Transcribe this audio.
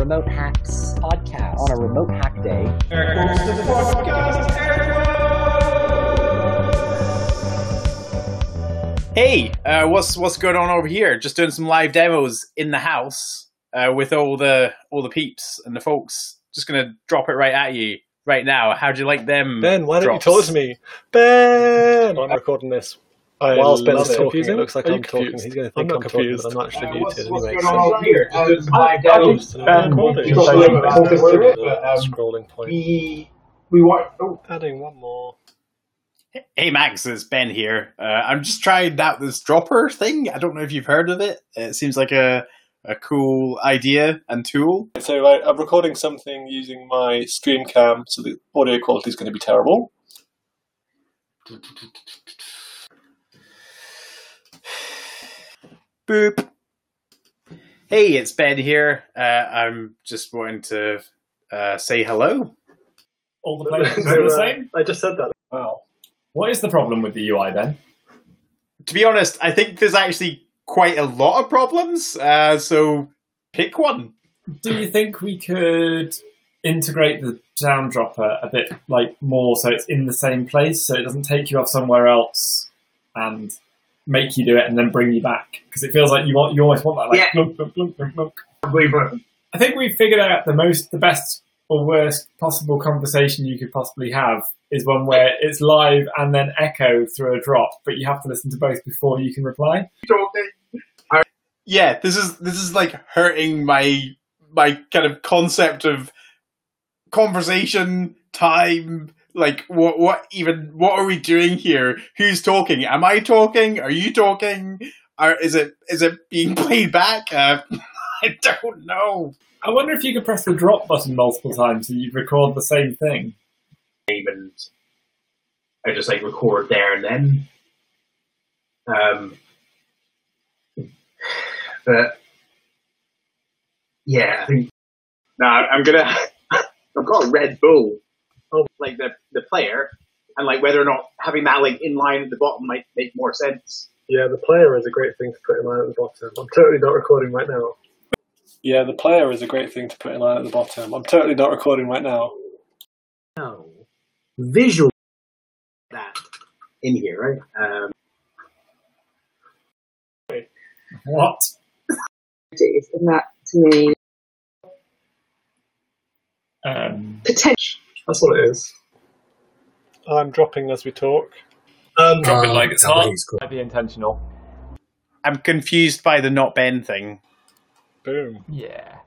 Remote Hacks podcast on a remote hack day. Hey, uh, what's what's going on over here? Just doing some live demos in the house uh, with all the all the peeps and the folks. Just gonna drop it right at you right now. How do you like them? Ben, why don't you drops? talk to me? Ben, I'm recording this. I Whilst Ben's love talking, confusing. it looks like Are you I'm talking. confused? He's going to I'm think I'm, not talking, confused. but I'm actually Uh, muted what's going anyway. So. on over here? Uh, there's my I demo. just, um, recording. just So, like- uh, we're aware of it, but, um, Scrolling point. We we want. Oh, Adding one more. Hey Max, it's Ben here. Uh, I'm just trying out this dropper thing. I don't know if you've heard of it. It seems like a a cool idea and tool. So right, I'm recording something using my stream cam, so the audio quality is going to be terrible. Boop. Hey, it's Ben here. Uh, I'm just wanting to uh, say hello. All the places are the uh, same? Uh, I just said that. Wow. What is the problem with the UI then? To be honest, I think there's actually quite a lot of problems. Uh, so pick one. Do you think we could integrate the down dropper a bit like more so it's in the same place so it doesn't take you off somewhere else and make you do it and then bring you back because it feels like you want you almost want that like Yeah. glunk, glunk, glunk, glunk, glunk. we were- I think we figured out the most the best or worst possible conversation you could possibly have is one where it's live and then echo through a drop but you have to listen to both before you can reply talking. yeah this is this is like hurting my my kind of concept of conversation time like what what even what are we doing here who's talking am i talking are you talking are, is it is it being played back uh, i don't know I wonder if you could press the drop button multiple times and you'd record the same thing. and I just like record there and then. Um, but yeah, I think no, I'm gonna. I've got a Red Bull, oh, like the the player, and like whether or not having that like in line at the bottom might make more sense. Yeah, the player is a great thing to put in line at the bottom. I'm totally not recording right now. Yeah, the player is a great thing to put in line at the bottom. I'm totally not recording right now. No, visual that in here, right? Um, What? days, and that to me Um, potential That's what it is. I'm dropping as we talk. Um, Drop it like it's hot. might be intentional. i'm confused by the not ben thing boom. Yeah.